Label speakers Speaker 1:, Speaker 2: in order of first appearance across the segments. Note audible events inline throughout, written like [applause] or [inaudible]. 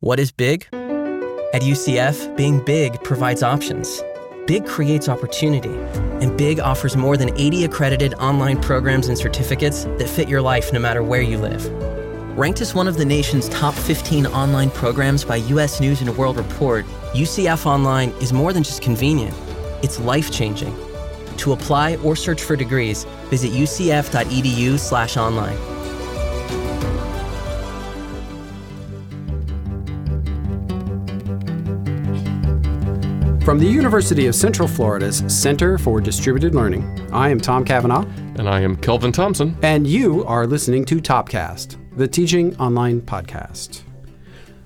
Speaker 1: What is big? At UCF, being big provides options. Big creates opportunity, and Big offers more than 80 accredited online programs and certificates that fit your life no matter where you live. Ranked as one of the nation's top 15 online programs by US News and World Report, UCF Online is more than just convenient, it's life-changing. To apply or search for degrees, visit E ucf.edu/online.
Speaker 2: From the University of Central Florida's Center for Distributed Learning, I am Tom Cavanaugh.
Speaker 3: And I am Kelvin Thompson.
Speaker 2: And you are listening to Topcast, the teaching online podcast.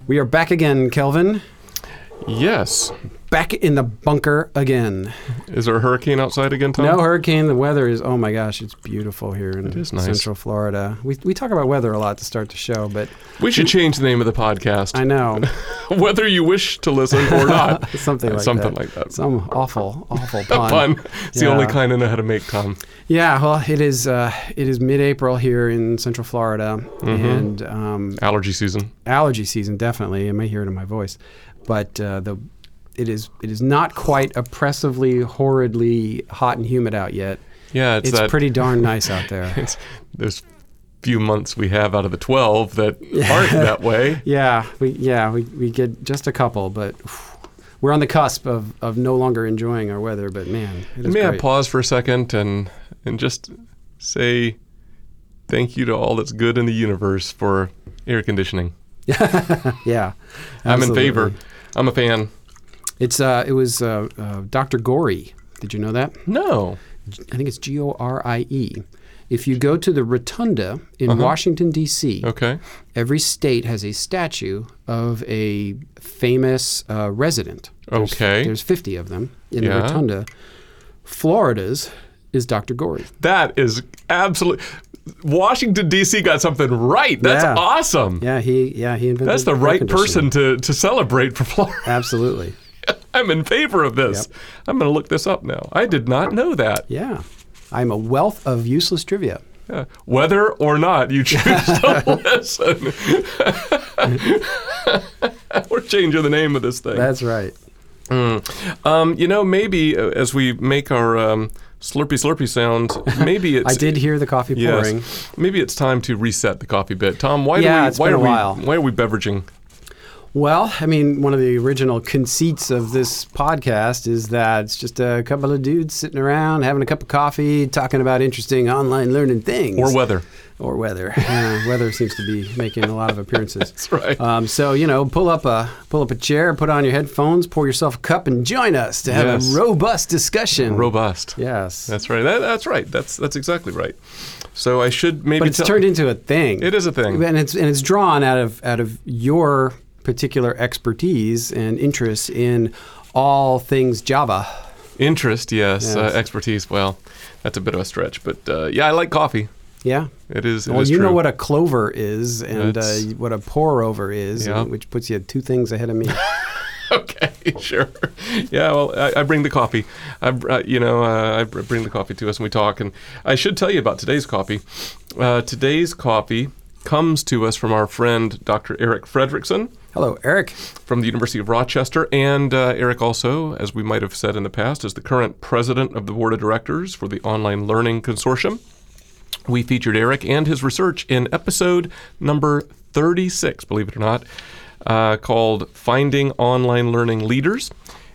Speaker 2: We are back again, Kelvin.
Speaker 3: Yes.
Speaker 2: Back in the bunker again.
Speaker 3: Is there a hurricane outside again, Tom?
Speaker 2: No hurricane. The weather is, oh my gosh, it's beautiful here in
Speaker 3: is nice.
Speaker 2: Central Florida. We, we talk about weather a lot to start the show, but
Speaker 3: We should change the name of the podcast.
Speaker 2: I know.
Speaker 3: [laughs] Whether you wish to listen
Speaker 2: [laughs]
Speaker 3: or not.
Speaker 2: Something like
Speaker 3: Something
Speaker 2: that.
Speaker 3: like that.
Speaker 2: Some awful, awful
Speaker 3: [laughs] A
Speaker 2: pun.
Speaker 3: pun. It's the only
Speaker 2: Yeah.
Speaker 3: kind I know how to make, Tom.
Speaker 2: Yeah, well, it is. Uh, it is mid-April here in Central Florida,
Speaker 3: Mm-hmm.
Speaker 2: and um,
Speaker 3: Allergy season.
Speaker 2: allergy season definitely. I may hear it in my voice, but uh, the it is it is not quite oppressively, horridly hot and humid out yet.
Speaker 3: Yeah, it's,
Speaker 2: It's,
Speaker 3: that.
Speaker 2: pretty darn nice out there.
Speaker 3: [laughs] It's those few months we have out of the 12 that aren't that way.
Speaker 2: [laughs] yeah, we yeah we, we get just a couple, but [sighs] whew, we're on the cusp of, of no longer enjoying our weather. But man, it is
Speaker 3: May I
Speaker 2: great.
Speaker 3: pause for a second and and just say thank you to all that's good in the universe for air conditioning.
Speaker 2: yeah,
Speaker 3: I'm in favor.
Speaker 2: absolutely.
Speaker 3: I'm a fan.
Speaker 2: It's uh, it was uh, uh, Dr. Gorey. Did you know that?
Speaker 3: No.
Speaker 2: I think it's G O R I E. If you go to the Rotunda in Washington, D.C.,
Speaker 3: Uh-huh. Okay.
Speaker 2: every state has a statue of a famous uh, resident. There's-
Speaker 3: Okay.
Speaker 2: There's 50 of them in the
Speaker 3: Yeah.
Speaker 2: Rotunda. Florida's is Dr. Gorey.
Speaker 3: That is absolutely. Washington D.C. got something right. That's
Speaker 2: Yeah.
Speaker 3: awesome.
Speaker 2: Yeah, he yeah he invented
Speaker 3: That's the
Speaker 2: air
Speaker 3: right
Speaker 2: conditioning.
Speaker 3: person to, to celebrate for Florida.
Speaker 2: Absolutely.
Speaker 3: [laughs] I'm in favor of this. I'm going to look this up now. I did not know that.
Speaker 2: Yeah. I'm a wealth of useless trivia.
Speaker 3: Yeah. Whether or not you choose
Speaker 2: [laughs]
Speaker 3: to listen, [laughs] we're changing the name of this thing.
Speaker 2: That's right.
Speaker 3: um, you know, maybe uh, as we make our um, slurpy slurpy sound, maybe
Speaker 2: [laughs]
Speaker 3: it's
Speaker 2: I did hear the coffee
Speaker 3: Yes.
Speaker 2: pouring.
Speaker 3: Maybe it's time to reset the coffee bit. Tom, why
Speaker 2: Yeah,
Speaker 3: do we
Speaker 2: it's
Speaker 3: why
Speaker 2: been
Speaker 3: are
Speaker 2: a while.
Speaker 3: we why are we beveraging?
Speaker 2: Well, I mean, one of the original conceits of this podcast is that it's just a couple of dudes sitting around having a cup of coffee, talking about interesting online learning things.
Speaker 3: Or weather.
Speaker 2: Or weather. Uh, weather seems to be making a lot of
Speaker 3: [laughs]
Speaker 2: appearances. That's
Speaker 3: right.
Speaker 2: Um, so you know, pull up a pull up a chair, put on your headphones, pour yourself a cup, and join us to have
Speaker 3: Yes.
Speaker 2: a robust discussion.
Speaker 3: Robust.
Speaker 2: Yes.
Speaker 3: That's right. That, that's right. That's that's exactly right. So I should maybe
Speaker 2: but it's
Speaker 3: tell-
Speaker 2: turned into a thing.
Speaker 3: It is a thing.
Speaker 2: and it's and it's drawn out of out of your particular expertise and interest in all things Java.
Speaker 3: interest. Yes,
Speaker 2: Yes.
Speaker 3: Uh, expertise. Well, that's a bit of a stretch, but uh, yeah, I like coffee.
Speaker 2: Yeah.
Speaker 3: It is. it
Speaker 2: Well,
Speaker 3: is
Speaker 2: you know
Speaker 3: true. [laughs]
Speaker 2: what a clover is and uh,
Speaker 3: That's-
Speaker 2: what a pour over is,
Speaker 3: Yeah.
Speaker 2: and- which puts you two things ahead of
Speaker 3: [laughs]
Speaker 2: me.
Speaker 3: okay, [laughs] sure. Yeah, well, I, I bring the coffee. I, br- uh, you know, uh, I br- bring the coffee to us and we talk. And I should tell you about today's coffee. Uh, today's coffee comes to us from our friend Dr. Eric Fredrickson.
Speaker 2: Hello, Eric. [laughs]
Speaker 3: from the University of Rochester. And uh, Eric, also, as we might have said in the past, is the current president of the board of directors for the Online Learning Consortium. We featured Eric and his research in episode number 36, believe it or not, uh, called Finding Online Learning Leaders.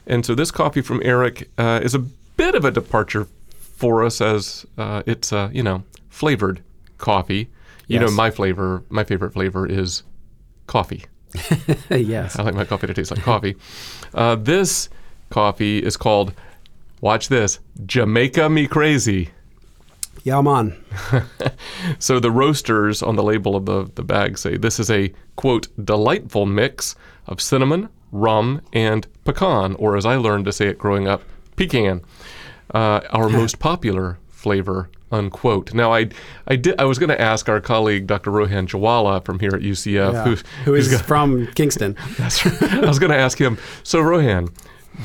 Speaker 3: And so this coffee from Eric uh, is a bit of a departure for us as uh, it's, uh, you know, flavored coffee. You know,
Speaker 2: Yes.
Speaker 3: my flavor, my favorite flavor is coffee.
Speaker 2: yes.
Speaker 3: I like my coffee to taste like coffee. Uh, this coffee is called, watch this, Jamaica Me Crazy.
Speaker 2: Yeah, I'm
Speaker 3: [laughs]
Speaker 2: on.
Speaker 3: So the roasters on the label of the, the bag say this is a, quote, delightful mix of cinnamon, rum, and pecan, or as I learned to say it growing up, pecan, uh, our most popular flavor. Unquote. Now, I, I did. I was going to ask our colleague Dr. Rohan Jawala from here at UCF,
Speaker 2: Yeah.
Speaker 3: who, [laughs]
Speaker 2: Who is from Kingston?
Speaker 3: That's right. I was going to ask him. So, Rohan,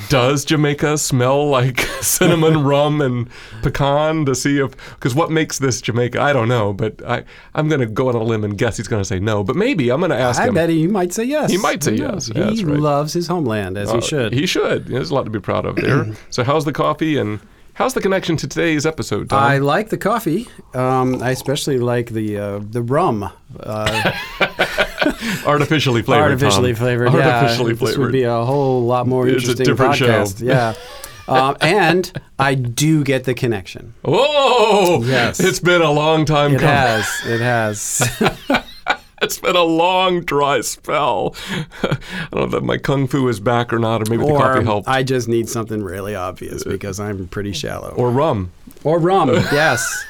Speaker 3: does Jamaica smell like [laughs]
Speaker 2: [laughs]
Speaker 3: cinnamon rum and pecan to see if because what makes this Jamaica? I don't know, but I I'm going to go on a limb and guess he's going to say no, but maybe I'm going to ask
Speaker 2: I
Speaker 3: him.
Speaker 2: bet he might say yes.
Speaker 3: He might say
Speaker 2: Who
Speaker 3: yes.
Speaker 2: knows?
Speaker 3: Yeah, that's
Speaker 2: he
Speaker 3: right.
Speaker 2: loves his homeland, as
Speaker 3: Uh,
Speaker 2: he should.
Speaker 3: He should. There's a lot to be proud
Speaker 2: [clears throat]
Speaker 3: of there. so how's the coffee and how's the connection to today's episode, Tom?
Speaker 2: I like the coffee. Um, I especially like the uh, the rum. Uh,
Speaker 3: artificially flavored.
Speaker 2: artificially
Speaker 3: Tom.
Speaker 2: flavored.
Speaker 3: Artificially
Speaker 2: yeah,
Speaker 3: flavored.
Speaker 2: This would be a whole lot more
Speaker 3: It's a
Speaker 2: interesting
Speaker 3: different show.
Speaker 2: podcast.
Speaker 3: [laughs]
Speaker 2: Yeah. um, and I do get the connection.
Speaker 3: Whoa!
Speaker 2: Yes.
Speaker 3: It's been a long time
Speaker 2: It
Speaker 3: coming.
Speaker 2: has. It
Speaker 3: [laughs]
Speaker 2: has.
Speaker 3: It's been a long, dry spell. [laughs] I don't know if my kung fu is back or not, or maybe the coffee
Speaker 2: or
Speaker 3: helped.
Speaker 2: I just need something really obvious because I'm pretty shallow. Or,
Speaker 3: or rum. [laughs]
Speaker 2: rum. Yes.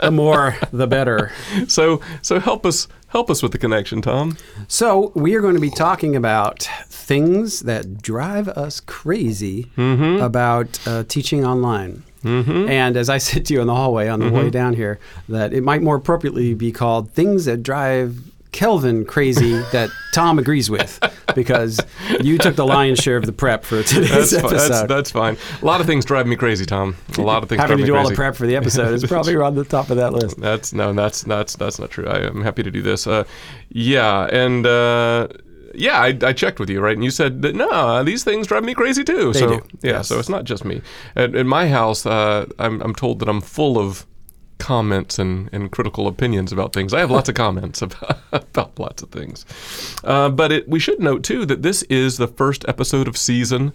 Speaker 2: The more, the better.
Speaker 3: So, so help us, help us with the connection, Tom.
Speaker 2: So we are going to be talking about things that drive us crazy
Speaker 3: Mm-hmm.
Speaker 2: about uh, teaching online. And as I [laughs] said to you in the hallway on the
Speaker 3: Mm-hmm.
Speaker 2: way down here, that it might more appropriately be called things that drive Kelvin
Speaker 3: [laughs]
Speaker 2: crazy that Tom agrees with, because you took the lion's share of the prep for today's
Speaker 3: That's, fi-
Speaker 2: episode.
Speaker 3: that's, that's fine. A lot of things drive me crazy, Tom. A lot of things
Speaker 2: Having to
Speaker 3: drive me
Speaker 2: do
Speaker 3: crazy.
Speaker 2: all the prep for the episode is
Speaker 3: [laughs]
Speaker 2: probably on the top of that list.
Speaker 3: That's no, that's that's that's not true. I am happy to do this. Uh, yeah, and uh, yeah, I, I checked with you, right? And you said that no, these things drive me crazy too. so
Speaker 2: do,
Speaker 3: yeah, so it's not just me. At, in my house, uh, I'm I'm told that I'm full of comments and, and critical opinions about things. I have lots of comments [laughs] about, about lots of things. Uh, but it, we should note too that this is the first episode of season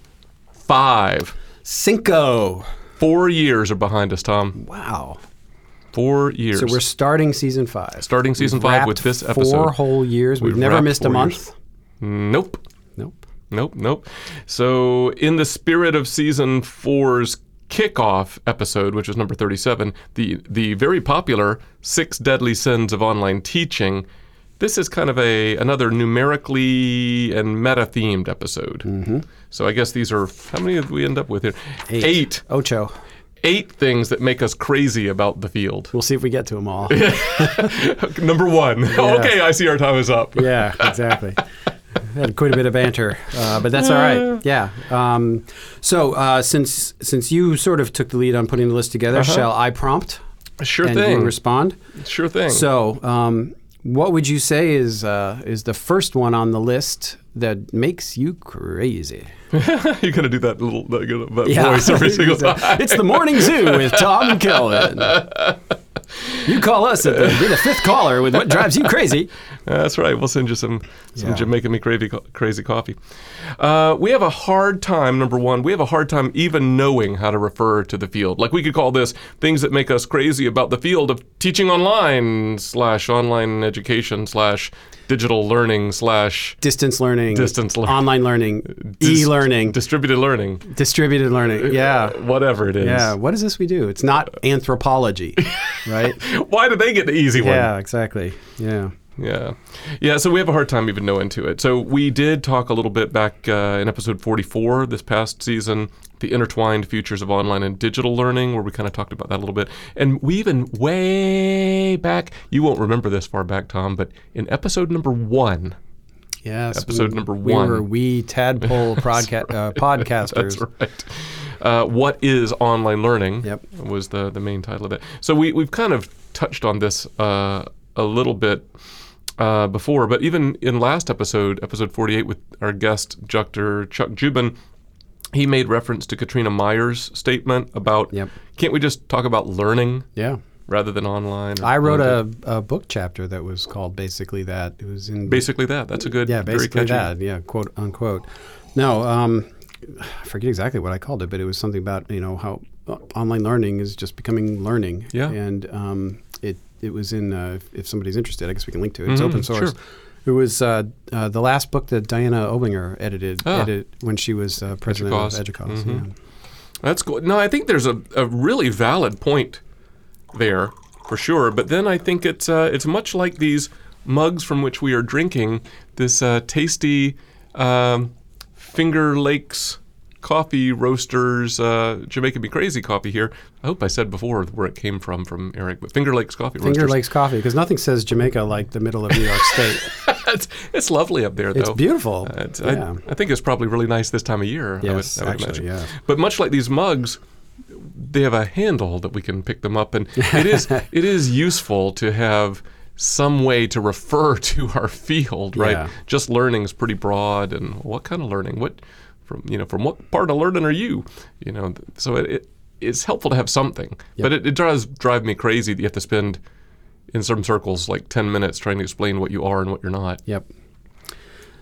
Speaker 3: five.
Speaker 2: Cinco.
Speaker 3: Four years are behind us, Tom.
Speaker 2: Wow.
Speaker 3: Four years.
Speaker 2: So we're starting season five.
Speaker 3: Starting season
Speaker 2: We've
Speaker 3: five
Speaker 2: wrapped
Speaker 3: with this
Speaker 2: Four
Speaker 3: episode.
Speaker 2: whole years. We've,
Speaker 3: We've
Speaker 2: never
Speaker 3: wrapped
Speaker 2: missed a
Speaker 3: four
Speaker 2: month.
Speaker 3: years. nope.
Speaker 2: Nope.
Speaker 3: Nope, nope. So, in the spirit of season four's kickoff episode, which was number 37, the, the very popular Six Deadly Sins of Online Teaching, this is kind of a another numerically and meta themed episode. Mm-hmm. So, I guess these are how many did we end up with here? Eight. Eight.
Speaker 2: Ocho.
Speaker 3: Eight things that make us crazy about the field.
Speaker 2: We'll see if we get to them
Speaker 3: [laughs]
Speaker 2: all.
Speaker 3: number one. [laughs] okay, I see our time is up.
Speaker 2: yeah, exactly. Had quite a bit of banter, uh, but that's all right. Yeah. Um, so uh, since since you sort of took the lead on putting the list together, shall I prompt?
Speaker 3: Uh-huh. Sure
Speaker 2: and
Speaker 3: thing.
Speaker 2: You respond.
Speaker 3: Sure thing.
Speaker 2: So, um, what would you say is uh, is the first one on the list that makes you crazy?
Speaker 3: [laughs] You're going to do that little that, that
Speaker 2: Yeah. [laughs]
Speaker 3: voice every single
Speaker 2: It's a-
Speaker 3: time. [laughs]
Speaker 2: It's the morning zoo with Tom and Kellen. You call us at the, be the fifth caller with what drives you crazy.
Speaker 3: Uh, That's right. We'll send you some some
Speaker 2: Yeah.
Speaker 3: Jamaican me crazy co- crazy coffee. Uh, we have a hard time. Number one, we have a hard time even knowing how to refer to the field. Like we could call this things that make us crazy about the field of teaching online slash online education slash digital learning slash
Speaker 2: Distance learning,
Speaker 3: Distance learning.
Speaker 2: online learning,
Speaker 3: dis- Uh,
Speaker 2: e-learning,
Speaker 3: distributed learning,
Speaker 2: distributed learning. Yeah,
Speaker 3: whatever it is.
Speaker 2: yeah. What is this we do? It's not
Speaker 3: [laughs]
Speaker 2: anthropology, right?
Speaker 3: Why do they get the easy one?
Speaker 2: yeah, exactly. Yeah.
Speaker 3: Yeah. Yeah, so we have a hard time even knowing to it. So we did talk a little bit back uh, in episode 44 this past season, the intertwined futures of online and digital learning, where we kind of talked about that a little bit. And we even way back, you won't remember this far back, Tom, but in episode number one,
Speaker 2: Yes.
Speaker 3: Episode
Speaker 2: we-
Speaker 3: number
Speaker 2: We
Speaker 3: one.
Speaker 2: were we
Speaker 3: [laughs]
Speaker 2: tadpole prodca- uh, podcasters.
Speaker 3: That's right. Uh, what is online learning?
Speaker 2: Yep.
Speaker 3: Was the the main title of it. So we we've kind of touched on this uh, a little bit. Uh, before, but even in last episode, episode 48, with our guest, Dr. Chuck Jubin, he made reference to Katrina Meyer's statement about
Speaker 2: Yep.
Speaker 3: can't we just talk about learning
Speaker 2: Yeah.
Speaker 3: rather than online? or
Speaker 2: I wrote
Speaker 3: learning?"
Speaker 2: a, a book chapter that was called basically that. It was in
Speaker 3: Basically, that. That's a good,
Speaker 2: Yeah,
Speaker 3: very
Speaker 2: basically
Speaker 3: catchy.
Speaker 2: that. Yeah, quote unquote. No, um, I forget exactly what I called it, but it was something about you know how uh, online learning is just becoming learning.
Speaker 3: Yeah.
Speaker 2: and um, it it was in uh, if- if somebody's interested, I guess we can link to it. It's open
Speaker 3: Mm-hmm, sure.
Speaker 2: source. It was uh, uh, the last book that Diana Obinger edited,
Speaker 3: Ah. Mm-hmm.
Speaker 2: edit, when she was uh, president
Speaker 3: Educause.
Speaker 2: of Educause. yeah.
Speaker 3: That's cool. No, I think there's a, a really valid point there for sure. But then I think it's uh, it's much like these mugs from which we are drinking this uh, tasty um, Finger Lakes coffee roasters uh, Jamaica Be Crazy coffee here. I hope I said before where it came from from Eric, but Finger Lakes coffee
Speaker 2: Finger
Speaker 3: [laughs] roasters.
Speaker 2: Lakes Coffee, because nothing says Jamaica like the middle of New York State.
Speaker 3: it's, it's lovely up there, though. [laughs]
Speaker 2: It's beautiful.
Speaker 3: Uh, it's-
Speaker 2: Yeah.
Speaker 3: I, I think it's probably really nice this time of year.
Speaker 2: Yes,
Speaker 3: I would, I would
Speaker 2: actually,
Speaker 3: imagine.
Speaker 2: yeah.
Speaker 3: But much like these mugs, they have a handle that we can pick them up, and
Speaker 2: [laughs]
Speaker 3: it is it is useful to have some way to refer [laughs] to our field, right?
Speaker 2: Yeah.
Speaker 3: Just learning is pretty broad, and what kind of learning? What from you know from what part of learning are you? You know, th- so it, it it's helpful to have something, but it, it does drive me crazy that you have to spend. In some circles, like 10 minutes trying to explain what you are and what you're not.
Speaker 2: Yep.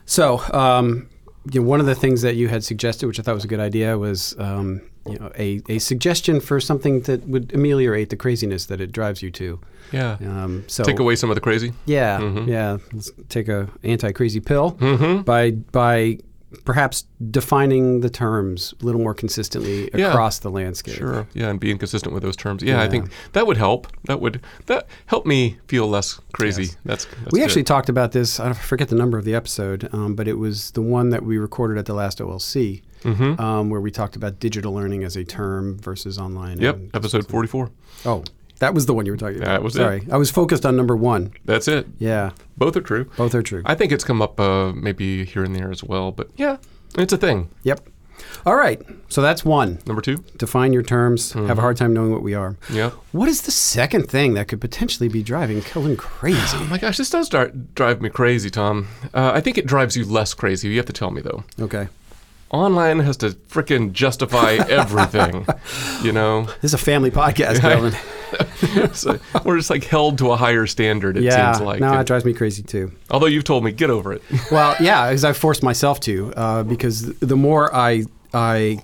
Speaker 2: So, um, you know, one of the things that you had suggested, which I thought was a good idea, was um, you know, a, a suggestion for something that would ameliorate the craziness that it drives you to.
Speaker 3: Yeah.
Speaker 2: Um, so
Speaker 3: Take away Mm-hmm. some of the crazy.
Speaker 2: Yeah, yeah. Let's take a anti-crazy pill
Speaker 3: Mm-hmm.
Speaker 2: by by perhaps defining the terms a little more consistently
Speaker 3: Yeah.
Speaker 2: across the landscape.
Speaker 3: Sure. Yeah, and being consistent with those terms. Yeah, I think that would help. That would that help me feel less crazy. That's, that's
Speaker 2: we
Speaker 3: good.
Speaker 2: actually talked about this. I forget the number of the episode, um, but it was the one that we recorded at the last OLC,
Speaker 3: Mm-hmm.
Speaker 2: um, where we talked about digital learning as a term versus online.
Speaker 3: Yep,
Speaker 2: and-
Speaker 3: episode 44.
Speaker 2: oh, that was the one you were talking about.
Speaker 3: That was it.
Speaker 2: Sorry, I was focused on number one.
Speaker 3: That's it.
Speaker 2: Yeah,
Speaker 3: Both are true.
Speaker 2: both are true.
Speaker 3: I think it's come up uh, maybe here and there as well, but yeah, it's a thing.
Speaker 2: yep. All right. So that's one.
Speaker 3: Number 2.
Speaker 2: Define your terms. Have
Speaker 3: Mm-hmm.
Speaker 2: a hard time knowing what we are.
Speaker 3: Yeah. Oh
Speaker 2: What is the second thing that could potentially be driving Kellen crazy?
Speaker 3: Oh [sighs] my gosh, this does start, drive me crazy, Tom. Uh, I think it drives you less crazy. You have to tell me though.
Speaker 2: okay.
Speaker 3: Online has to
Speaker 2: [laughs]
Speaker 3: frickin' justify everything, you know.
Speaker 2: This is a family
Speaker 3: [laughs]
Speaker 2: podcast, Kellen.
Speaker 3: So we're just like held to a higher standard. It
Speaker 2: Yeah.
Speaker 3: seems like.
Speaker 2: no,
Speaker 3: And-
Speaker 2: it drives me crazy too.
Speaker 3: Although you've told me, get over it.
Speaker 2: Well, yeah, because I forced myself to. Uh, because th- the more I, I,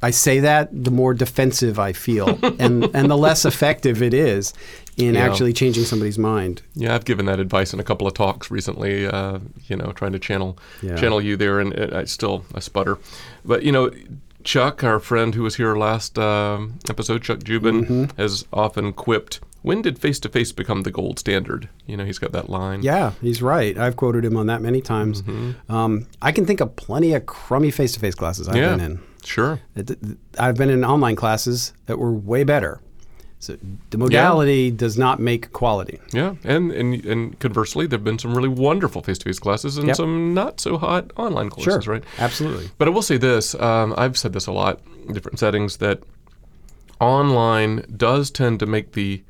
Speaker 2: I say that, the more defensive I
Speaker 3: [laughs]
Speaker 2: feel, and and the less effective it is in
Speaker 3: Yeah.
Speaker 2: actually changing somebody's mind.
Speaker 3: Yeah, I've given that advice in a couple of talks recently. Uh, you know, trying to channel
Speaker 2: Yeah.
Speaker 3: channel you there, and it, I still I sputter. But you know, Chuck, our friend who was here last um, episode, Chuck Jubin,
Speaker 2: Mm-hmm.
Speaker 3: has often quipped, "When did face to face become the gold standard?" You know, he's got that line.
Speaker 2: Yeah, he's right. I've quoted him on that many times.
Speaker 3: Mm-hmm.
Speaker 2: Um, I can think of plenty of crummy face-to-face classes I've
Speaker 3: yeah,
Speaker 2: been in.
Speaker 3: sure.
Speaker 2: It- th- th- I've been in online classes that were way better. So the modality does not make quality.
Speaker 3: Yeah, and and and conversely, there've been some really wonderful face-to-face classes and
Speaker 2: Yep.
Speaker 3: some not so hot online courses, right?
Speaker 2: Absolutely.
Speaker 3: But I will say this: um, I've said this a lot in different settings that online does tend to make the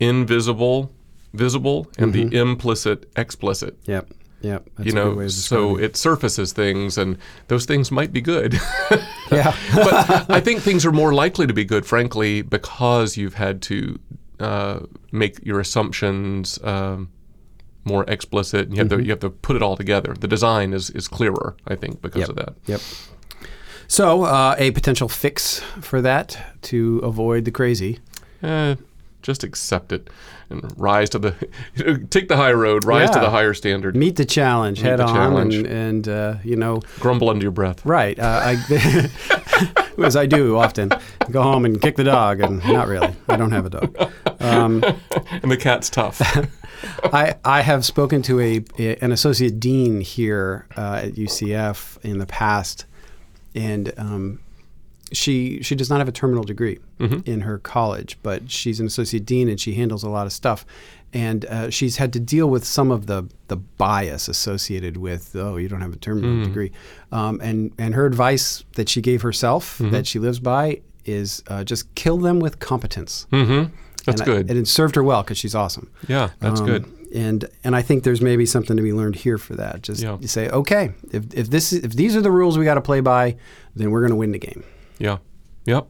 Speaker 3: invisible visible and the implicit explicit.
Speaker 2: Yep. Yep. Mm-hmm. That's
Speaker 3: You
Speaker 2: a good
Speaker 3: know,
Speaker 2: way of
Speaker 3: so it surfaces things, and those things might be good. [laughs]
Speaker 2: describing it. yeah. [laughs]
Speaker 3: but I think things are more likely to be good, frankly, because you've had to uh, make your assumptions um, more explicit, and you have to
Speaker 2: Mm-hmm.
Speaker 3: you have to put it all together. The design is is clearer, I think, because of that.
Speaker 2: Yep. So uh, a potential fix for that to avoid the crazy.
Speaker 3: eh, just accept it and rise to the take the [laughs] high road, rise to
Speaker 2: Yeah.
Speaker 3: the higher standard.
Speaker 2: Meet the challenge head
Speaker 3: the
Speaker 2: on,
Speaker 3: challenge.
Speaker 2: and, and uh, you know,
Speaker 3: Grumble under your breath.
Speaker 2: right? Uh, I, as I [laughs] do often, go home and kick the dog, and not really. I don't have a dog. Um,
Speaker 3: And the cat's
Speaker 2: [laughs]
Speaker 3: tough.
Speaker 2: I, I have spoken to a, a- an associate dean here uh, at UCF in the past, and um, she she does not have a terminal degree
Speaker 3: Mm-hmm.
Speaker 2: in her college, but she's an associate dean and she handles a lot of stuff, and uh, she's had to deal with some of the the bias associated with oh you don't have a terminal
Speaker 3: Mm.
Speaker 2: degree, um, and and her advice that she gave herself
Speaker 3: Mm-hmm.
Speaker 2: that she lives by is uh, just kill them with competence.
Speaker 3: mm-hmm.
Speaker 2: And
Speaker 3: That's
Speaker 2: I-
Speaker 3: good.
Speaker 2: and it served her well because she's awesome.
Speaker 3: yeah, that's
Speaker 2: Um,
Speaker 3: good.
Speaker 2: And and I think there's maybe something to be learned here for that. Just
Speaker 3: Yeah.
Speaker 2: you say, okay, if, if this is- if these are the rules we got to play by, then we're going to win the game.
Speaker 3: Yeah. Yep.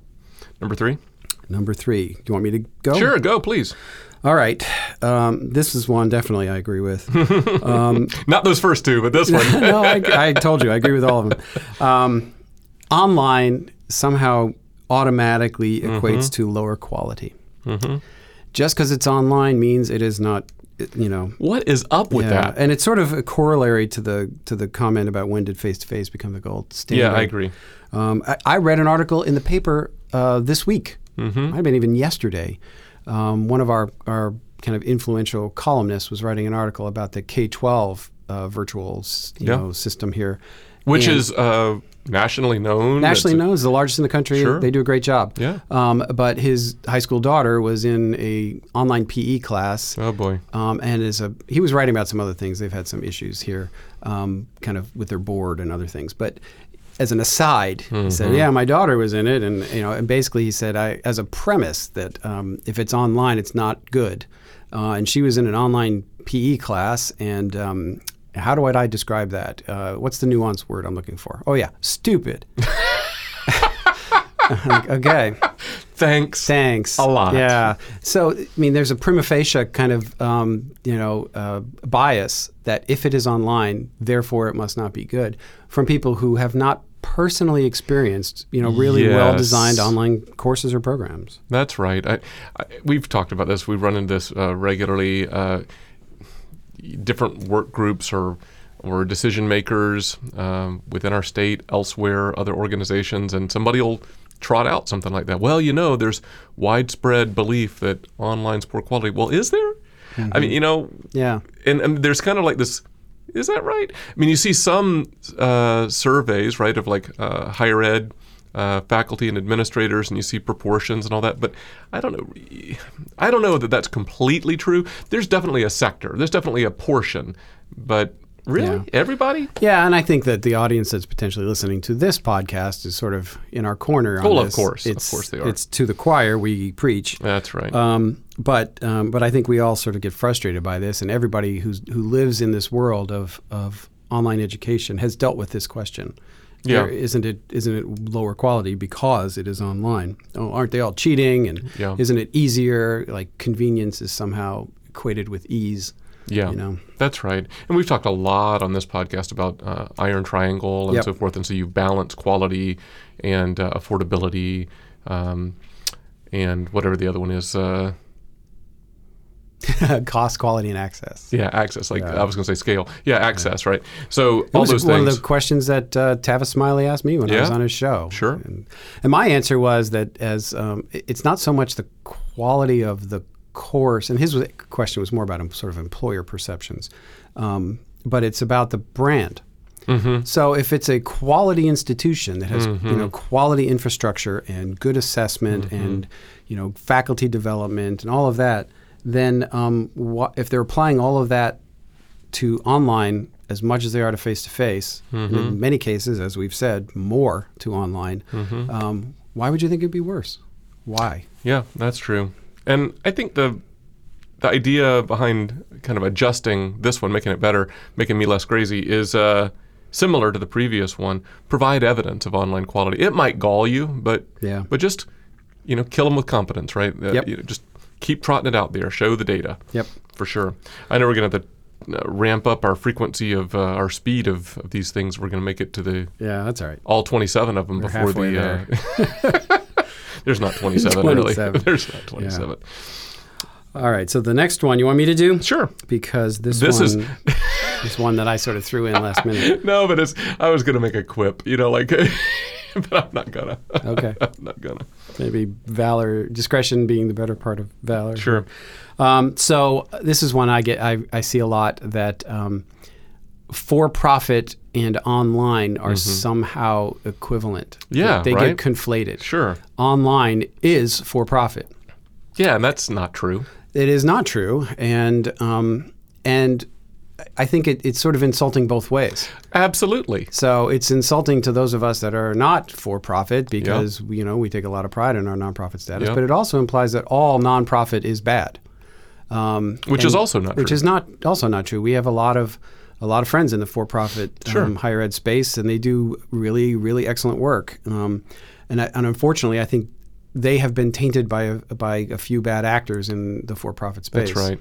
Speaker 3: Number three.
Speaker 2: Number three. Do you want me to go?
Speaker 3: Sure, go please.
Speaker 2: All right. Um, this is one definitely I agree with. [laughs]
Speaker 3: Not those first two, but this one.
Speaker 2: no, I, I told you I agree with all of them. Um, online somehow automatically
Speaker 3: Mm-hmm.
Speaker 2: equates to lower quality. Just because it's online means it is not, you know,
Speaker 3: what is up with
Speaker 2: Yeah,
Speaker 3: that?
Speaker 2: and it's sort of a corollary to the to the comment about when did face to face become the gold standard.
Speaker 3: Yeah, I agree.
Speaker 2: Um, I, I read an article in the paper uh, this week. Mm-hmm. Might have been even yesterday. Um, one of our our kind of influential columnists was writing an article about the K twelve uh, virtual s- you
Speaker 3: Yeah.
Speaker 2: know, system here,
Speaker 3: Which
Speaker 2: And-
Speaker 3: is uh, nationally known.
Speaker 2: Nationally
Speaker 3: It's a-
Speaker 2: known is the largest in the country.
Speaker 3: Sure.
Speaker 2: They do a great job.
Speaker 3: Yeah.
Speaker 2: Um, but his high school daughter was in a online PE class.
Speaker 3: Oh boy.
Speaker 2: Um, and is a he was writing about some other things. They've had some issues here, um, kind of with their board and other things. But as an aside, he said, "Yeah, my daughter was in it," and you know, and basically he said, "I as a premise that um, if it's online, it's not good." Uh, and she was in an online PE class, and um, how do I describe that? Uh, what's the nuance word I'm looking for? Oh yeah, stupid. [laughs] Like, okay.
Speaker 3: Thanks.
Speaker 2: Thanks.
Speaker 3: A lot.
Speaker 2: Yeah. So, I mean, there's a prima facie kind of, um, you know, uh, bias that if it is online, therefore it must not be good from people who have not personally experienced, you know, really
Speaker 3: Yes.
Speaker 2: well designed online courses or programs.
Speaker 3: That's right. I, I, we've talked about this. We run into this uh, regularly. Uh, different work groups or or decision makers um, within our state, elsewhere, other organizations, and somebody will trot out something like that. Well, you know, there's widespread belief that online's poor quality. Well, is there? I mean, you know,
Speaker 2: Yeah.
Speaker 3: and, and there's kind of like this is that right i mean you see some uh, surveys right of like uh, higher ed uh, faculty and administrators and you see proportions and all that but i don't know i don't know that that's completely true there's definitely a sector there's definitely a portion but really
Speaker 2: Yeah.
Speaker 3: everybody
Speaker 2: Yeah, and I think that the audience that's potentially listening to this podcast is sort of in our corner. On
Speaker 3: Well, of
Speaker 2: this.
Speaker 3: course. Of
Speaker 2: It's-
Speaker 3: course they are.
Speaker 2: It's to the choir we preach.
Speaker 3: that's right
Speaker 2: Um, but um, but I think we all sort of get frustrated by this, and everybody who's who lives in this world of of online education has dealt with this question.
Speaker 3: Yeah.
Speaker 2: There- isn't it isn't it lower quality because it is online? Oh, aren't they all cheating? And
Speaker 3: Yeah.
Speaker 2: isn't it easier? Like convenience is somehow equated with ease. [laughs]
Speaker 3: Yeah,
Speaker 2: you know.
Speaker 3: that's right. And we've talked a lot on this podcast about uh, Iron Triangle and
Speaker 2: Yep.
Speaker 3: so forth, and so you balance quality and uh, affordability, um, and whatever the other one is. Uh,
Speaker 2: Cost, quality, and access.
Speaker 3: yeah, access. Like I was going to say scale. Yeah, access. Right. So
Speaker 2: It
Speaker 3: all
Speaker 2: was
Speaker 3: those
Speaker 2: one
Speaker 3: things.
Speaker 2: of the questions that uh, Tavis Smiley asked me when I was
Speaker 3: Yeah?
Speaker 2: on his show.
Speaker 3: Sure.
Speaker 2: And, and my answer was that as um, it- it's not so much the quality of the course, and his was- question was more about em- sort of employer perceptions, um, but it's about the brand.
Speaker 3: Mm-hmm.
Speaker 2: So if it's a quality institution that has you know quality infrastructure and good assessment
Speaker 3: Mm-hmm.
Speaker 2: and you know faculty development and all of that, then um, wha- if they're applying all of that to online as much as they are to face to face, and
Speaker 3: Mm-hmm.
Speaker 2: in many cases, as we've said, more to online,
Speaker 3: Mm-hmm.
Speaker 2: um, why would you think it'd be worse? Why?
Speaker 3: yeah, that's true. And I think the the idea behind kind of adjusting this one, making it better, making me less crazy, is uh, similar to the previous one. Provide evidence of online quality. It might gall you, but
Speaker 2: Yeah.
Speaker 3: but just you know, kill them with competence, right? Uh,
Speaker 2: Yep.
Speaker 3: you know, just keep trotting it out there. Show the data.
Speaker 2: Yep.
Speaker 3: for sure. I know we're going to have to uh, ramp up our frequency of uh, our speed of, of these things. We're going to make it to the
Speaker 2: Yeah, that's all right.
Speaker 3: all 27 of them before
Speaker 2: halfway
Speaker 3: the. uh, [laughs] there's not 27, really.
Speaker 2: 27.
Speaker 3: [laughs] There's not 27.
Speaker 2: All right. So the next one you want me to do?
Speaker 3: Sure. [laughs]
Speaker 2: Because this,
Speaker 3: This is-
Speaker 2: one is one that I sort of threw in last
Speaker 3: [laughs]
Speaker 2: minute.
Speaker 3: No, but it's. I was going to make a quip, you know, like, [laughs] but I'm not gonna.
Speaker 2: Okay.
Speaker 3: [laughs] I'm not gonna.
Speaker 2: Maybe valor, discretion being the better part of valor.
Speaker 3: Sure.
Speaker 2: Um, so this is one I get. I, I see a lot that um, for-profit and online are somehow equivalent.
Speaker 3: Mm-hmm. Yeah,
Speaker 2: they, get
Speaker 3: right?
Speaker 2: conflated.
Speaker 3: Sure.
Speaker 2: Online is for-profit.
Speaker 3: Yeah, and that's not true.
Speaker 2: It is not true, and um, and I think it, it's sort of insulting both ways.
Speaker 3: Absolutely.
Speaker 2: So it's insulting to those of us that are not for profit because you know we take a lot of pride in our nonprofit status,
Speaker 3: Yeah.
Speaker 2: but it also implies that all nonprofit is bad, um,
Speaker 3: Which is also not
Speaker 2: which
Speaker 3: true.
Speaker 2: is not also not true. We have a lot of a lot of friends in the for profit
Speaker 3: Sure.
Speaker 2: um, higher ed space, and they do really really excellent work. Um, and, I, and unfortunately, I think they have been tainted by a, by a few bad actors in the for profit space.
Speaker 3: That's right.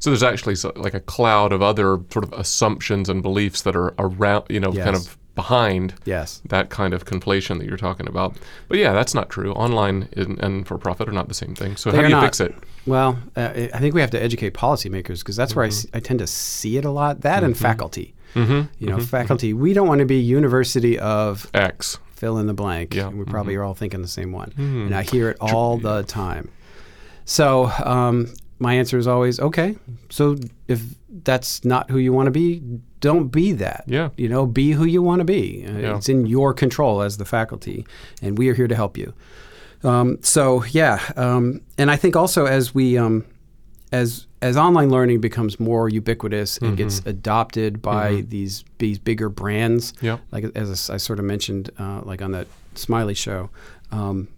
Speaker 3: So there's actually so- like a cloud of other sort of assumptions and beliefs that are around, you know, kind
Speaker 2: Yes.
Speaker 3: of behind
Speaker 2: Yes.
Speaker 3: that kind of conflation that you're talking about. But yeah, that's not true. Online and, and for profit are not the same thing. So how
Speaker 2: They
Speaker 3: do
Speaker 2: are
Speaker 3: you
Speaker 2: not.
Speaker 3: fix it?
Speaker 2: Well, uh, I I think we have to educate policymakers because that's where I s-
Speaker 3: Mm-hmm.
Speaker 2: I, tend to see it a lot. That and faculty. You
Speaker 3: Mm-hmm.
Speaker 2: know, faculty. We don't want to be university of
Speaker 3: X.
Speaker 2: fill in the blank.
Speaker 3: Yeah, Mm-hmm.
Speaker 2: And we probably are all thinking the same one, and I hear it all the time. So um, my answer is always okay. So if that's not who you want to be, don't be that.
Speaker 3: Yeah.
Speaker 2: You know, be who you want to be. Uh,
Speaker 3: Yeah.
Speaker 2: It's in your control as the faculty, and we are here to help you. Um, so yeah, um, and I think also as we um, as as online learning becomes more ubiquitous and gets
Speaker 3: Mm-hmm.
Speaker 2: adopted by these these bigger brands,
Speaker 3: Yep.
Speaker 2: like as I sort of mentioned, uh, like on that Smiley show, um,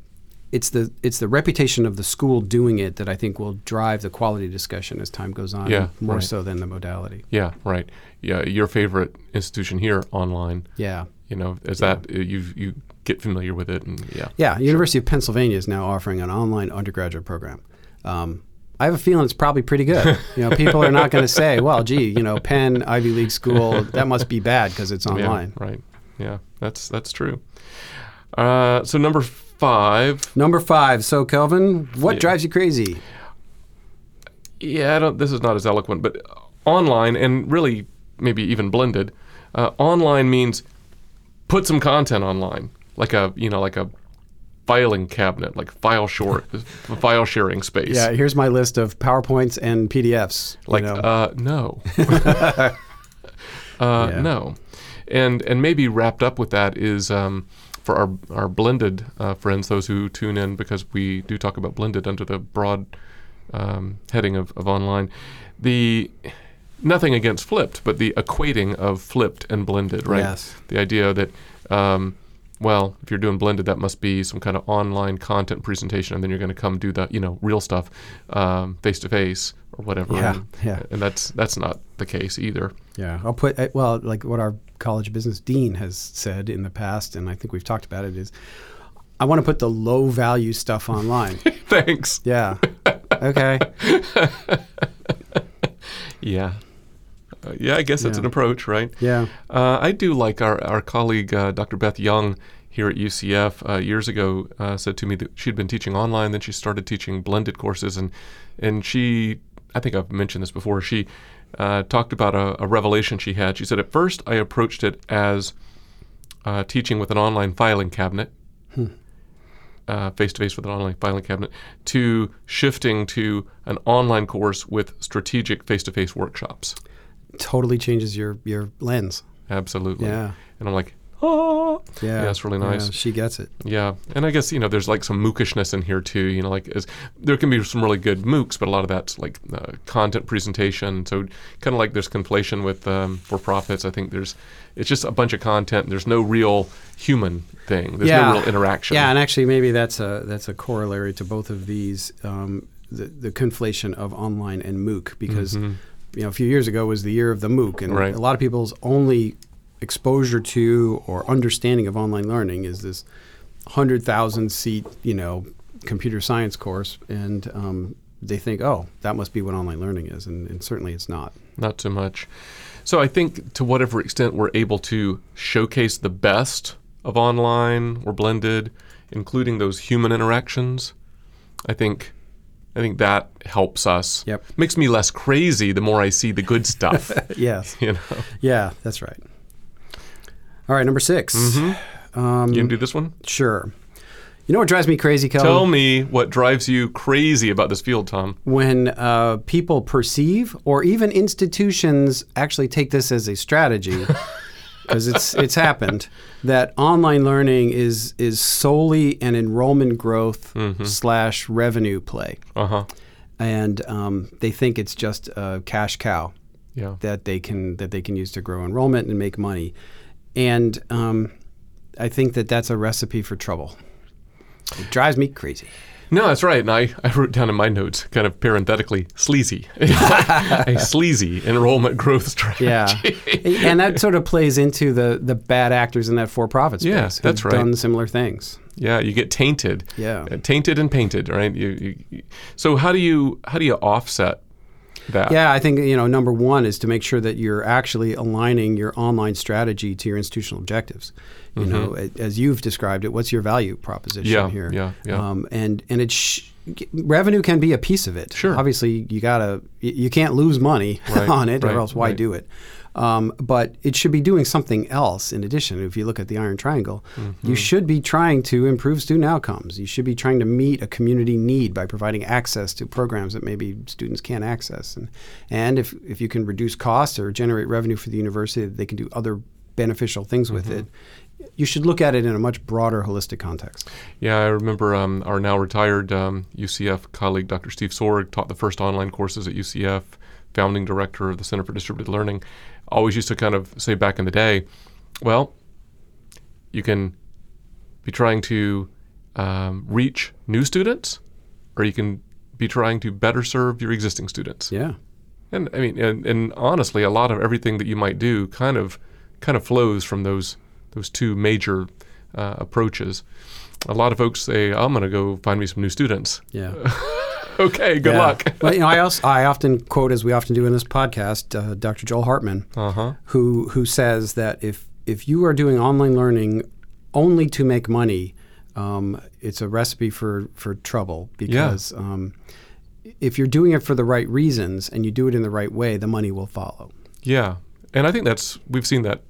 Speaker 2: it's the it's the reputation of the school doing it that I think will drive the quality discussion as time goes on,
Speaker 3: Yeah,
Speaker 2: more
Speaker 3: right.
Speaker 2: so than the modality.
Speaker 3: Yeah, right. Yeah, your favorite institution here online.
Speaker 2: Yeah.
Speaker 3: You know, is that uh, you you get familiar with it and yeah.
Speaker 2: Yeah, University of Pennsylvania is now offering an online undergraduate program. Um, I have a feeling it's probably pretty
Speaker 3: [laughs]
Speaker 2: good. You know, people are not going to say, "Well, gee, you know, Penn Ivy League school that must be bad because it's
Speaker 3: [laughs] Yeah,
Speaker 2: online."
Speaker 3: right. Yeah, that's that's true. Uh, so number five.
Speaker 2: Number five. So, Kelvin, what drives you crazy?
Speaker 3: Yeah, I don't, this is not as eloquent, but online and really maybe even blended. Uh, online means put some content online, like a you know like a filing cabinet, like file short, file sharing space.
Speaker 2: Yeah, here's my list of powerpoints and PDFs. you
Speaker 3: like
Speaker 2: know.
Speaker 3: uh,
Speaker 2: [laughs]
Speaker 3: no uh,
Speaker 2: Yeah.
Speaker 3: no and and maybe wrapped up with that is um, for our our blended uh, friends those who tune in because we do talk about blended under the broad um, heading of, of online the nothing against flipped but the equating of flipped and blended right
Speaker 2: Yes.
Speaker 3: the idea that um, well, if you're doing blended, that must be some kind of online content presentation, and then you're going to come do the you know real stuff face to face or whatever.
Speaker 2: Yeah,
Speaker 3: and,
Speaker 2: yeah.
Speaker 3: Um, and that's that's not the case either. [laughs]
Speaker 2: Yeah, I'll put uh, well, like what our college business dean has said in the past, and I think we've talked about it. Is I want to put the low value stuff
Speaker 3: [laughs]
Speaker 2: online.
Speaker 3: Thanks.
Speaker 2: yeah. Okay.
Speaker 3: Yeah, Uh, yeah. I guess it's
Speaker 2: Yeah.
Speaker 3: an approach, right?
Speaker 2: Yeah.
Speaker 3: Uh, I do like our, our colleague, uh, Dr. Beth Young, here at UCF, uh, years ago uh, said to me that she'd been teaching online, then she started teaching blended courses. And, and she, I think I've mentioned this before, she uh, talked about a, a revelation she had. She said, At first, I approached it as uh, teaching with an online filing cabinet. Face to face with an online filing cabinet, to shifting to an online course with strategic face to face workshops.
Speaker 2: Totally changes your your lens.
Speaker 3: Absolutely.
Speaker 2: Yeah.
Speaker 3: And I'm like, oh.
Speaker 2: Yeah,
Speaker 3: that's really
Speaker 2: yeah,
Speaker 3: nice.
Speaker 2: she gets it.
Speaker 3: Yeah, and I guess you know there's like some mookishness in here too. You know, like as, there can be some really good mooks, but a lot of that's like uh, content presentation. So kind of like there's conflation with um, for profits. I think there's it's just a bunch of content. And there's no real human thing. There's no real interaction.
Speaker 2: Yeah, and actually, maybe that's a that's a corollary to both of these, um, the the conflation of online and MOOC, because you know a few years ago was the year of the MOOC, and
Speaker 3: Mm-hmm. Right.
Speaker 2: a lot of people's only exposure to or understanding of online learning is this hundred thousand seat, you know, computer science course, and um, they think, oh, that must be what online learning is, and, and certainly it's not.
Speaker 3: not so much. So I think to whatever extent we're able to showcase the best of online or blended, including those human interactions, I think I think that helps us.
Speaker 2: Yep.
Speaker 3: Makes me less crazy the more I see the good
Speaker 2: [laughs]
Speaker 3: stuff.
Speaker 2: Yes.
Speaker 3: you know.
Speaker 2: Yeah, that's right. All right, number 6
Speaker 3: Mm-hmm.
Speaker 2: Um,
Speaker 3: You gonna do this one?
Speaker 2: Sure. You know what drives me crazy, Kelvin?
Speaker 3: Tell me what drives you crazy about this field, Tom.
Speaker 2: When uh, people perceive, or even institutions actually take this as a
Speaker 3: [laughs]
Speaker 2: strategy, because it's it's happened that online learning is is solely an enrollment growth
Speaker 3: Mm-hmm.
Speaker 2: slash revenue play,
Speaker 3: Uh huh.
Speaker 2: and um, they think it's just a cash cow
Speaker 3: Yeah.
Speaker 2: that they can that they can use to grow enrollment and make money, and um, I think that that's a recipe for trouble. It drives me
Speaker 3: [laughs]
Speaker 2: crazy.
Speaker 3: No, that's right. And I, I wrote down in my notes, kind of parenthetically, sleazy. [laughs]
Speaker 2: [laughs]
Speaker 3: a sleazy enrollment growth [laughs] strategy.
Speaker 2: Yeah, and that sort of plays into the the bad actors in that for profit space.
Speaker 3: Yeah,
Speaker 2: who've
Speaker 3: that's right.
Speaker 2: Done similar things.
Speaker 3: Yeah, you get tainted.
Speaker 2: Yeah.
Speaker 3: Uh, tainted and painted, right? You, you, you- so how do you how do you offset that?
Speaker 2: Yeah, I think you know number one is to make sure that you're actually aligning your online strategy to your institutional objectives. You know, a- as you've described it, what's your value proposition
Speaker 3: Mm-hmm. Yeah,
Speaker 2: here?
Speaker 3: yeah, yeah.
Speaker 2: Um, and and it's sh- revenue can be a piece of it.
Speaker 3: Sure.
Speaker 2: Obviously, you gotta y- you can't lose money [laughs]
Speaker 3: Right,
Speaker 2: on it,
Speaker 3: right,
Speaker 2: or else why
Speaker 3: right.
Speaker 2: do it? Um, but it should be doing something else in addition. If you look at the Iron Triangle,
Speaker 3: Mm-hmm.
Speaker 2: you should be trying to improve student outcomes. You should be trying to meet a community need by providing access to programs that maybe students can't access. And, and if, if you can reduce costs or generate revenue for the university, that they can do other beneficial things with
Speaker 3: Mm-hmm.
Speaker 2: it. You should look at it in a much broader, holistic context.
Speaker 3: Yeah, I remember um, our now retired um, UCF colleague, Dr. Steve Sorg, taught the first online courses at UCF, founding director of the Center for Distributed Learning. Always used to kind of say back in the day, well, you can be trying to um, reach new students, or you can be trying to better serve your existing students.
Speaker 2: Yeah.
Speaker 3: And I mean, and, and honestly, a lot of everything that you might do kind of kind of flows from those those two major uh, approaches. A lot of folks say, "I'm going to go find me some new students." [laughs]
Speaker 2: Yeah.
Speaker 3: Okay, good
Speaker 2: Yeah.
Speaker 3: luck.
Speaker 2: well, you know, I also I often quote, as we often do in this podcast, uh, Dr. Joel Hartman, who who says that if if you are doing online learning only to make money, um, it's a recipe for for trouble because. Um, if you're doing it for the right reasons and you do it in the right way, the money will follow.
Speaker 3: Yeah, and I think that's we've seen that.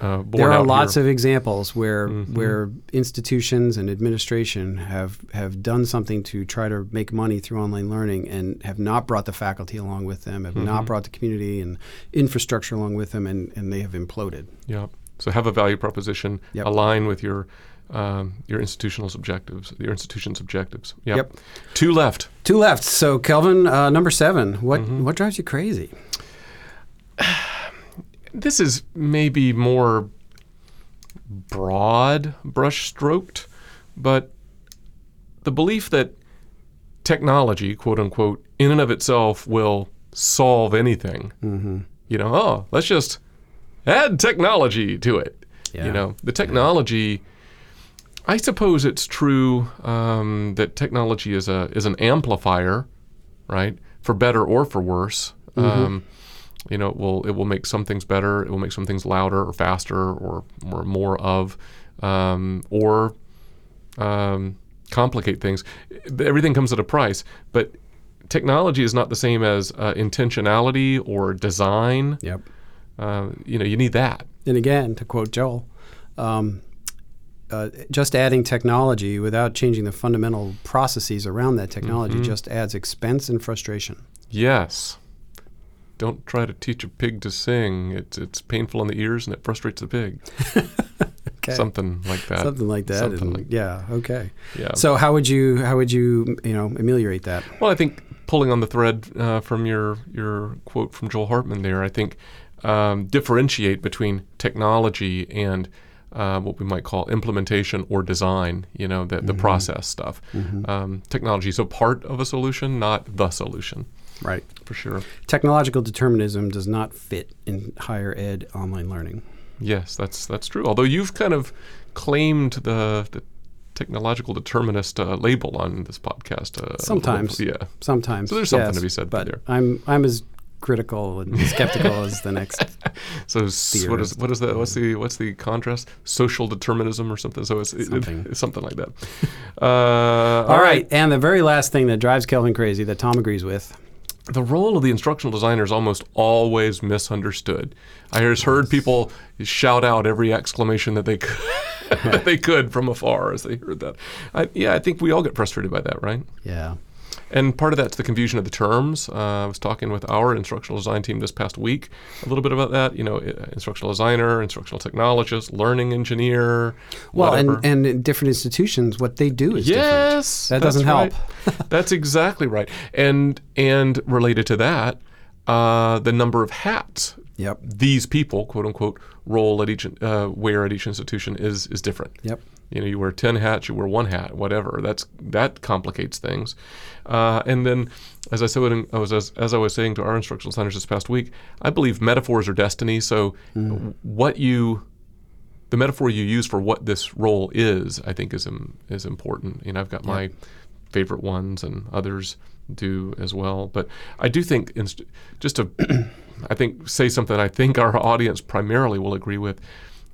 Speaker 3: Uh, borne
Speaker 2: There
Speaker 3: out
Speaker 2: are
Speaker 3: here. Mm-hmm.
Speaker 2: lots of examples where where institutions and administration have have done something to try to make money through online learning and have not brought the faculty along with them, have
Speaker 3: Mm-hmm.
Speaker 2: not brought the community and infrastructure along with them, and, and they have imploded.
Speaker 3: Yeah. So have a value proposition,
Speaker 2: Yep.
Speaker 3: align with your um, your institutional objectives, your institution's objectives. Yep.
Speaker 2: Yep.
Speaker 3: Two left.
Speaker 2: Two left. So Kelvin, uh, number seven. What
Speaker 3: Mm-hmm.
Speaker 2: what drives you crazy?
Speaker 3: This is maybe more broad brush stroked, but the belief that technology, quote unquote, in and of itself will solve anything. Mm-hmm. You know, oh, let's just add technology to it.
Speaker 2: Yeah.
Speaker 3: You know, the technology. I suppose it's true um, that technology is a is an amplifier, right? For better or for worse.
Speaker 2: Mm-hmm.
Speaker 3: Um, you know, it will it will make some things better. It will make some things louder or faster or or more of, um, or um, complicate things. Everything comes at a price, but technology is not the same as uh, intentionality or design.
Speaker 2: Yep.
Speaker 3: Uh, you know, you need that.
Speaker 2: And again, to quote Joel, um, uh, just adding technology without changing the fundamental processes around that technology
Speaker 3: Mm-hmm.
Speaker 2: just adds expense and frustration.
Speaker 3: Yes. Don't try to teach a pig to sing. It's it's painful on the ears and it frustrates the pig. Something like that.
Speaker 2: something like that.
Speaker 3: Something
Speaker 2: and-
Speaker 3: like-
Speaker 2: yeah. Okay.
Speaker 3: Yeah.
Speaker 2: So how would you how would you you know ameliorate that?
Speaker 3: Well, I think pulling on the thread uh, from your your quote from Joel Hartman there, I think um, differentiate between technology and uh, what we might call implementation or design. You know, the, the process stuff. Um, technology is a part of a solution, not the solution,
Speaker 2: Right.
Speaker 3: for sure.
Speaker 2: Technological determinism does not fit in higher ed online learning.
Speaker 3: Yes, that's that's true. Although you've kind of claimed the, the technological determinist uh, label on this podcast. uh, a little-
Speaker 2: Sometimes.
Speaker 3: yeah.
Speaker 2: Sometimes.
Speaker 3: So there's something
Speaker 2: yes,
Speaker 3: to be said
Speaker 2: but
Speaker 3: there.
Speaker 2: I'm I'm as critical and skeptical as the next.
Speaker 3: [laughs] So s- what is what is the what's the what's the contrast? Social determinism or something. So it's it- it-
Speaker 2: Something.
Speaker 3: it's [laughs] something like that. Uh,
Speaker 2: All right. And the very last thing that drives Kelvin crazy that Tom agrees with.
Speaker 3: the role of the instructional designer is almost always misunderstood. I just heard people shout out every exclamation that they could, [laughs] that they could from afar as they heard that. I, yeah, I think we all get frustrated by that, right?
Speaker 2: Yeah.
Speaker 3: And part of that's the confusion of the terms. Uh, I was talking with our instructional design team this past week a little bit about that. You know, i- uh, instructional designer, instructional technologist, learning engineer.
Speaker 2: Well,
Speaker 3: whatever.
Speaker 2: and, and in different institutions, what they do is different.
Speaker 3: yes,
Speaker 2: That
Speaker 3: that's
Speaker 2: doesn't help.
Speaker 3: right. [laughs] that's exactly right. And and related to that, uh, the number of hats.
Speaker 2: Yep.
Speaker 3: These people, quote unquote, role at each uh, wear at each institution is is different.
Speaker 2: Yep.
Speaker 3: You know, you wear ten hats, you wear one hat, whatever. That's that complicates things. Uh, and then, as I said, in- I was as, as I was saying to our instructional centers this past week, I believe metaphors are destiny. So, what you, the metaphor you use for what this role is, I think is im- is important. And I've got my favorite ones, and others do as well. But I do think, inst- just to, I think say something I think our audience primarily will agree with.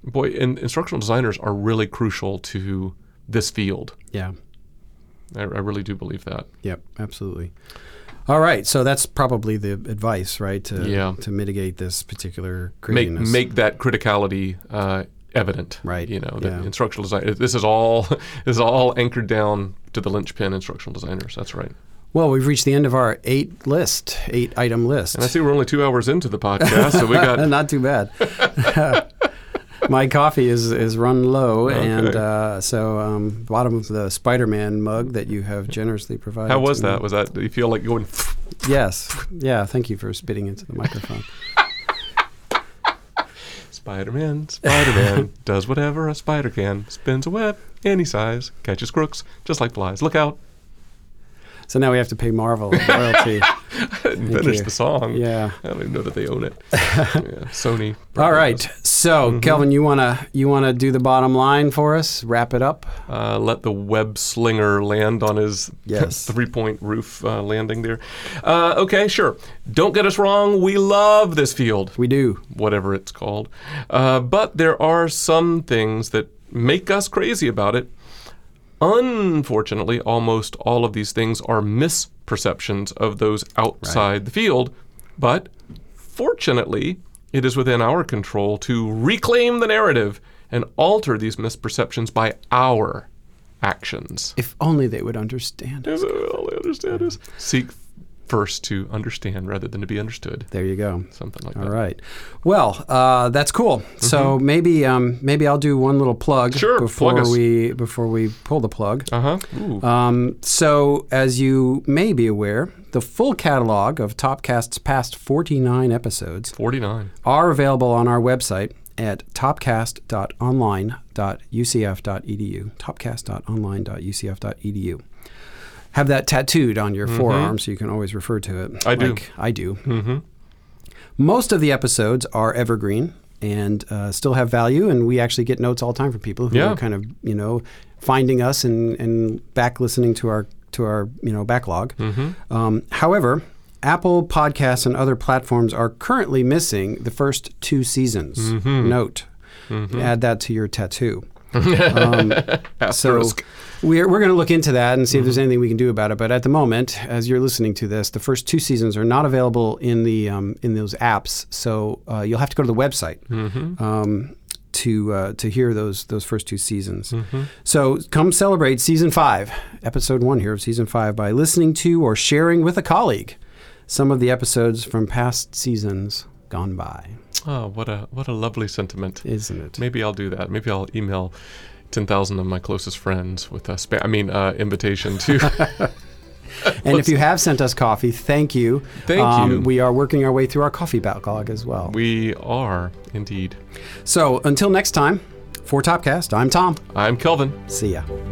Speaker 3: Boy, and instructional designers are really crucial to this field.
Speaker 2: Yeah.
Speaker 3: I, I really do believe that.
Speaker 2: Yep, absolutely. All right, so that's probably the advice, right? To,
Speaker 3: Yeah.
Speaker 2: to mitigate this particular
Speaker 3: make
Speaker 2: craziness.
Speaker 3: make that criticality uh, evident.
Speaker 2: Right,
Speaker 3: You know, the
Speaker 2: yeah.
Speaker 3: instructional design. This is all [laughs] this is all anchored down to the linchpin instructional designers. That's right.
Speaker 2: Well, we've reached the end of our eight list, eight item list.
Speaker 3: And I see we're only two hours into the podcast, so
Speaker 2: [laughs]
Speaker 3: we got
Speaker 2: Not too bad. [laughs] My coffee is, is run low, and
Speaker 3: Okay.
Speaker 2: uh, so um, bottom of the Spider-Man mug that you have generously provided.
Speaker 3: How was
Speaker 2: to me.
Speaker 3: that? Was that do you feel like going? [laughs]
Speaker 2: Yes, yeah. Thank you for spitting into the microphone.
Speaker 3: Spider Man,
Speaker 2: [laughs]
Speaker 3: Spider Man does whatever a spider can, spins a web any size, catches crooks just like flies. Look out!
Speaker 2: so now we have to pay Marvel a royalty.
Speaker 3: [laughs] Finish
Speaker 2: you.
Speaker 3: the song.
Speaker 2: Yeah.
Speaker 3: I don't even know that they
Speaker 2: [laughs]
Speaker 3: own it. yeah, Sony.
Speaker 2: All
Speaker 3: probably
Speaker 2: right.
Speaker 3: does.
Speaker 2: So
Speaker 3: Mm-hmm.
Speaker 2: Kelvin, you wanna you wanna do the bottom line for us? Wrap it up.
Speaker 3: Uh, let the web slinger land on his [laughs]
Speaker 2: Yes.
Speaker 3: three point roof uh, landing there. Uh, okay, sure. Don't get us wrong. We love this field.
Speaker 2: We do.
Speaker 3: whatever it's called. Uh, but there are some things that make us crazy about it. Unfortunately, almost all of these things are misperceptions of those outside the field. But fortunately, it is within our control to reclaim the narrative and alter these misperceptions by our actions.
Speaker 2: If only they would understand.
Speaker 3: Is it all I understand is seek first to understand rather than to be understood.
Speaker 2: There you go.
Speaker 3: Something like
Speaker 2: All
Speaker 3: that.
Speaker 2: right. Well, uh, that's cool. So maybe um, maybe I'll do one little plug
Speaker 3: Mm-hmm. Sure, plug
Speaker 2: before
Speaker 3: us.
Speaker 2: we before we pull the plug.
Speaker 3: Uh huh. Ooh.
Speaker 2: Um, so, as you may be aware, the full catalog of Topcast's past 49 episodes
Speaker 3: 49.
Speaker 2: are available on our website at topcast.online.ucf.edu. Topcast.online.ucf.edu. E Have that tattooed on your forearm so you can always refer to it.
Speaker 3: Mm-hmm. I do.
Speaker 2: I do. Most of the episodes are evergreen and uh, still have value, and we actually get notes all the time from people who
Speaker 3: Yeah.
Speaker 2: are kind of you know finding us and, and back listening to our to our you know backlog. Um, however, Apple Podcasts and other platforms are currently missing the first two seasons. Note, add that to your tattoo. um, so
Speaker 3: Asterisk.
Speaker 2: we're, we're going to look into that and see if there's anything we can do about it. But at the moment, as you're listening to this, the first two seasons are not available in the um, in those apps. So uh, you'll have to go to the website um, to uh, to hear those those first two seasons. So come celebrate season five, episode one here of season five by listening to or sharing with a colleague some of the episodes from past seasons gone by.
Speaker 3: Oh, what a what a lovely sentiment.
Speaker 2: Isn't it?
Speaker 3: Maybe I'll do that. Maybe I'll email ten thousand of my closest friends with a spa- I mean uh,
Speaker 2: [laughs]
Speaker 3: invitation to.
Speaker 2: And if you have sent us coffee, thank you. Um,
Speaker 3: Thank you.
Speaker 2: We are working our way through our coffee backlog as well.
Speaker 3: we are indeed.
Speaker 2: so until next time, for Topcast, I'm Tom.
Speaker 3: I'm Kelvin.
Speaker 2: See ya.